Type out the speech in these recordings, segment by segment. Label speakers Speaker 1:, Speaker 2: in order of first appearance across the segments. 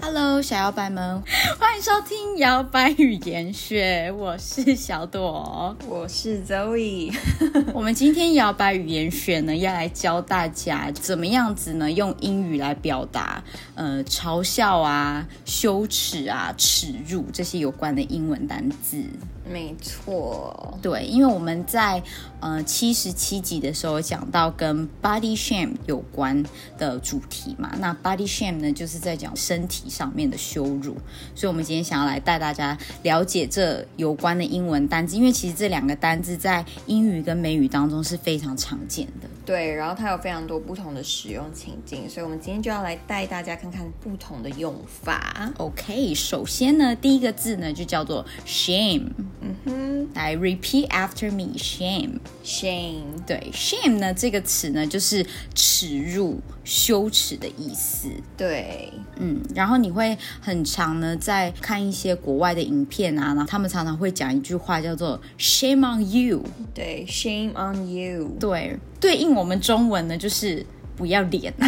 Speaker 1: Hello，小摇摆们，欢迎收听《摇摆语言学》，我是小 朵。
Speaker 2: 我是 Zoe，
Speaker 1: 我们今天摇摆语言学呢，要来教大家怎么样子呢，用英语来表达呃嘲笑啊、羞耻啊、耻辱这些有关的英文单字。
Speaker 2: 没错，
Speaker 1: 对，因为我们在呃七十七集的时候有讲到跟 body shame 有关的主题嘛，那 body shame 呢就是在讲身体上面的羞辱，所以我们今天想要来带大家了解这有关的英文单字，因为其实这两个单字在英语跟美语当中是非常常见的。
Speaker 2: 对，然后它有非常多不同的使用情境，所以我们今天就要来带大家看看不同的用法。
Speaker 1: OK，首先呢，第一个字呢就叫做 shame，
Speaker 2: 嗯哼
Speaker 1: 来 repeat after me，shame。
Speaker 2: ，shame，
Speaker 1: 对，shame 呢这个词呢，就是耻辱、羞耻的意思。
Speaker 2: 对，
Speaker 1: 嗯，然后你会很常呢，在看一些国外的影片啊，然后他们常常会讲一句话叫做 “shame on you”。
Speaker 2: 对，shame on you，
Speaker 1: 对，对应我们中文呢，就是不要脸，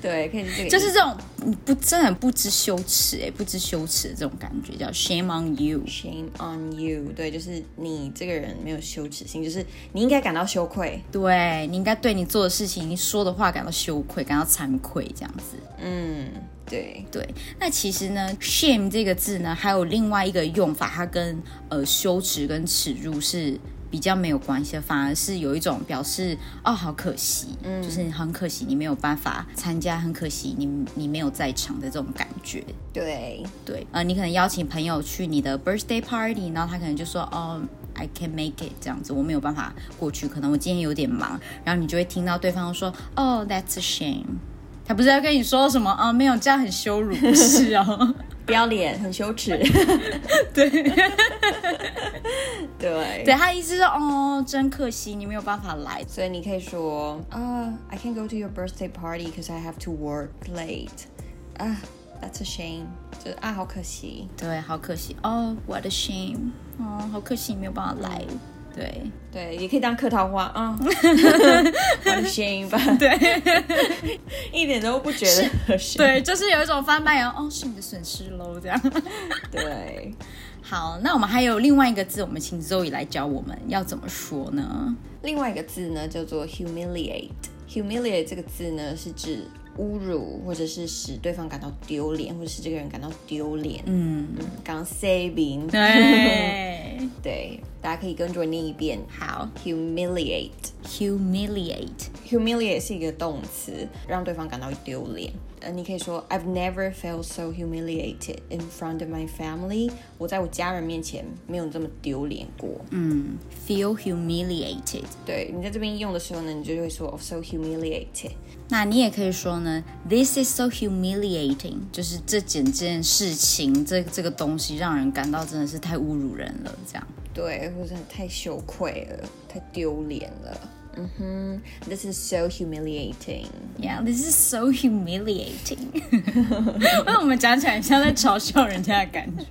Speaker 2: 对，可以是这个，
Speaker 1: 就是这种嗯不真的很不知羞耻哎、不知羞耻的这种感觉，叫 “shame on you”。
Speaker 2: shame on you，对，就是你这个人没有羞耻心，就是你应该感到羞愧。
Speaker 1: 对你应该对你做的事情、你说的话感到羞愧、感到惭愧这样子。
Speaker 2: 嗯，对，
Speaker 1: 对，那其实呢，shame 这个字呢，还有另外一个用法，它跟呃羞耻跟耻辱是比较没有关系的，反而是有一种表示哦，好可惜，嗯，就是很可惜你没有办法参加，很可惜你你没有在场的这种感觉。
Speaker 2: 对，
Speaker 1: 对，呃，你可能邀请朋友去你的 birthday party，然后他可能就说，哦，I can make it 这样子，我没有办法过去，可能我今天有点忙，然后你就会听到对方说，哦，that's a shame。他不是要跟你说什么啊、哦？没有，这样很羞辱，不是 哦。
Speaker 2: 不要脸，很羞 耻。对， 对，
Speaker 1: 对，他的意思是哦，真可惜你没有办法来。
Speaker 2: 所以你可以说啊、i can't go to your birthday party because I have to work late. 啊、that's a shame. 就是啊，好可惜。
Speaker 1: 对，好可惜哦，what a shame，哦，好可惜你没有办法来。对，
Speaker 2: 对，也可以当客套话啊。what a shame 吧。
Speaker 1: 对，
Speaker 2: 一点都不觉得可 惜。
Speaker 1: 对，就是有一种翻白眼，哦，是你的损失喽，这样。
Speaker 2: 对，
Speaker 1: 好，那我们还有另外一个字，我们请 Zoe 来教我们要怎么说呢？
Speaker 2: 另外一个字呢叫做 humiliate。humiliate 这个字呢是指侮辱，或者是使对方感到丢脸，或者是这个人感到丢脸。
Speaker 1: 嗯，
Speaker 2: 嗯，刚刚 saving。
Speaker 1: 对
Speaker 2: 对，大家可以跟着我念一遍。
Speaker 1: 好
Speaker 2: ，humiliate。
Speaker 1: ，humiliate，
Speaker 2: humiliate 是一个动词，让对方感到丢脸。呃，你可以说 I've never felt so humiliated in front of my family。我在我家人面前没有这么丢脸过。
Speaker 1: 嗯，feel humiliated。
Speaker 2: 对你在这边用的时候呢，你就会说 oh, so humiliated。
Speaker 1: 那你也可以说呢，This is so humiliating，就是这整件事情，这这个东西让人感到真的是太侮辱人了，这样。
Speaker 2: 对，或者太羞愧了，太丢脸了。嗯哼，This is so humiliating。
Speaker 1: Yeah, this is so humiliating 。 为什么我们讲起来很像在嘲笑人家的感觉？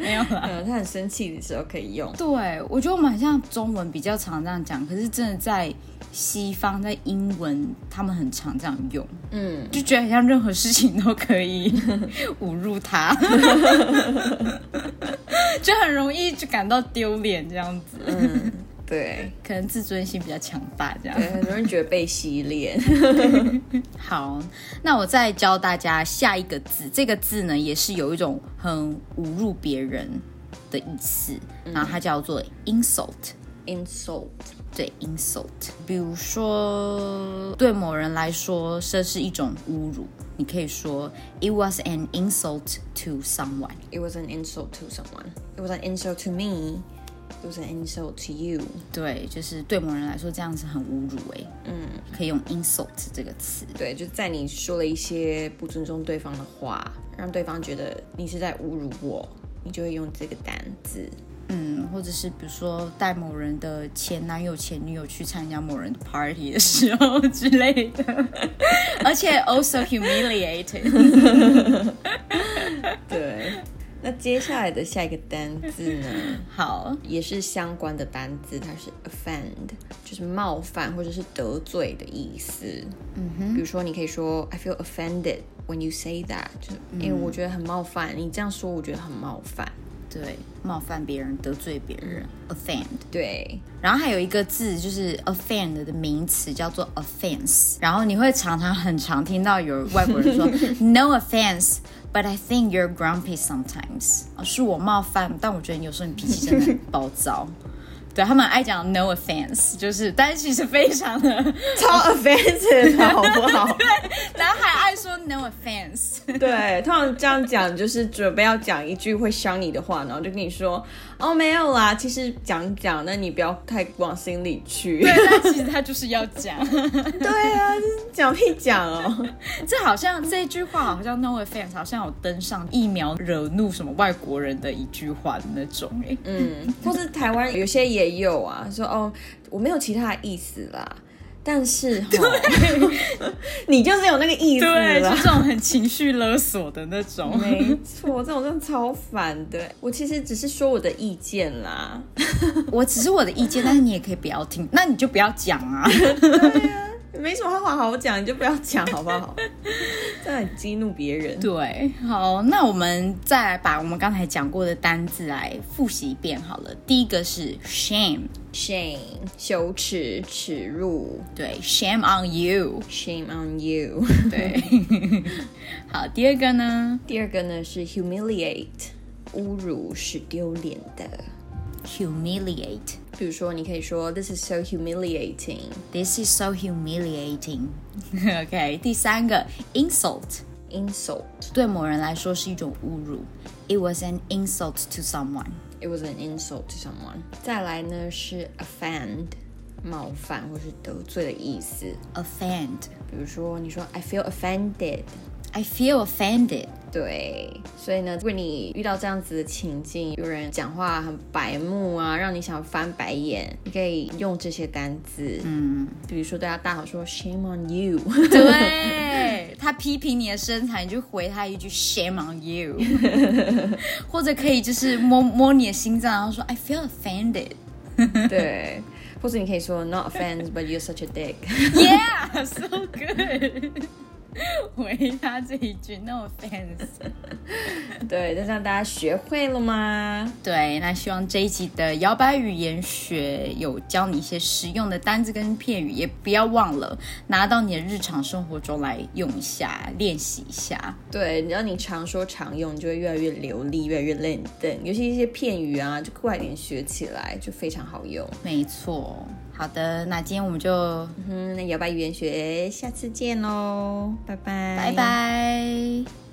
Speaker 1: 没有啦。
Speaker 2: 嗯，他很生气的时候可以用。
Speaker 1: 对，我觉得我们好像中文比较常这样讲，可是真的在西方，在英文他们很常这样用，
Speaker 2: 嗯，
Speaker 1: 就觉得好像任何事情都可以 侮辱他， 就很容易就感到丢脸这样子，
Speaker 2: 对，
Speaker 1: 可能自尊心比较强大这样。
Speaker 2: 对，很多人觉得被洗脸。
Speaker 1: 好，那我再教大家下一个字，这个字呢也是有一种很侮辱别人的意思，
Speaker 2: 嗯
Speaker 1: 然后它叫做 insult。
Speaker 2: insult。
Speaker 1: 对 insult，比如说对某人来说，这是一种侮辱，你可以说 it was an insult to someone。
Speaker 2: It was an insult to someone. It was an insult to me. It was an insult to you.
Speaker 1: 对，就是对某人来说这样是很侮辱诶。嗯，可以用 insult 这个词。
Speaker 2: 对，就在你说了一些不尊重对方的话，让对方觉得你是在侮辱我，你就会用这个单字。
Speaker 1: 嗯，或者是比如说带某人的前男友、前女友去参加某人的 party 的时候之类的， 而且 also humiliated。
Speaker 2: 对，那接下来的下一个单字呢，
Speaker 1: 好，
Speaker 2: 也是相关的单字，它是 offend，就是冒犯或者是得罪的意思。嗯哼，比如说你可以说 I feel offended when you say that，就是因为我觉得很冒犯，你这样说我觉得很冒犯。
Speaker 1: 对，冒犯别人、得罪别人，offend。
Speaker 2: 对，
Speaker 1: 然后还有一个字就是 offend 的名词叫做 offense，然后你会常常很常听到有外国人说 no offense。But I think you're grumpy sometimes。哦，是我冒犯，但我觉得你有时候你脾气真的很暴躁。 对他们爱讲 no offense，就是，但是其实非常的，
Speaker 2: 超 offensive 的好不好？
Speaker 1: 然后还爱说 no offense。
Speaker 2: 对，通常这样讲就是准备要讲一句会伤你的话，然后就跟你说哦没有啦，其实讲讲，那你不要太往心里去。
Speaker 1: 对，但其实他就是要讲。
Speaker 2: 对啊，就是讲屁讲哦。
Speaker 1: 这好像这句话好像 no offense，好像有登上疫苗惹怒什么外国人的一句话的那种哎、嗯，
Speaker 2: 或是台湾有些也有啊，说哦我没有其他的意思啦，但是对， 你就是有那个意思
Speaker 1: 对，
Speaker 2: 啦
Speaker 1: 是。这种很情绪勒索的那种。
Speaker 2: 没错，这种真的超烦的。我其实只是说我的意见啦。
Speaker 1: 嗯我只是我的意见，但是你也可以不要听，那你就不要讲啊。
Speaker 2: 没什么话好讲，你就不要讲好不 好？这很激怒别 人。
Speaker 1: 对，好，那我们再来把我们刚才讲过的单字来复习一遍好了。第一个是 shame，
Speaker 2: Shame，羞耻、耻辱。
Speaker 1: 对，shame on you。
Speaker 2: Shame on you。
Speaker 1: 对，好，第二个呢
Speaker 2: 第二个呢是 humiliate，侮辱是丢脸的。
Speaker 1: ，humiliate。
Speaker 2: 比如说，你可以说 This is so humiliating。
Speaker 1: This is so humiliating. OK，第三个 insult
Speaker 2: Insult。
Speaker 1: 对某人来说是一种侮辱。It was an insult to someone.
Speaker 2: It was an insult to someone。再来呢是 offend，冒犯或是得罪的意思。
Speaker 1: Offend.
Speaker 2: 比如说，你说 I feel offended。
Speaker 1: I feel offended.
Speaker 2: 对，所以呢，如果你遇到这样子的情境，有人讲话很白目啊，让你想翻白眼，你可以用这些单字，嗯，比如说对他大吼说 “Shame on you”，
Speaker 1: 对，他批评你的身材，你就回他一句 Shame on you，或者可以就是摸摸你的心脏，然后说 I feel offended.
Speaker 2: 对，或者你可以说 “Not offense, but you're such a dick”，
Speaker 1: Yeah, so good. 回他这一句 No offense.
Speaker 2: 对，那这样大家学会了吗？
Speaker 1: 对，那希望这一集的摇摆语言学有教你一些实用的单字跟片语，也不要忘了拿到你的日常生活中来用一下，练习一下。
Speaker 2: 对，只要你常说常用，你就会越来越流利，越来越练等，尤其一些片语啊，就快点学起来，就非常好用。
Speaker 1: 没错，好的，那今天我们就
Speaker 2: 嗯，那摇摆语言学，下次见喽，拜拜，
Speaker 1: 拜拜。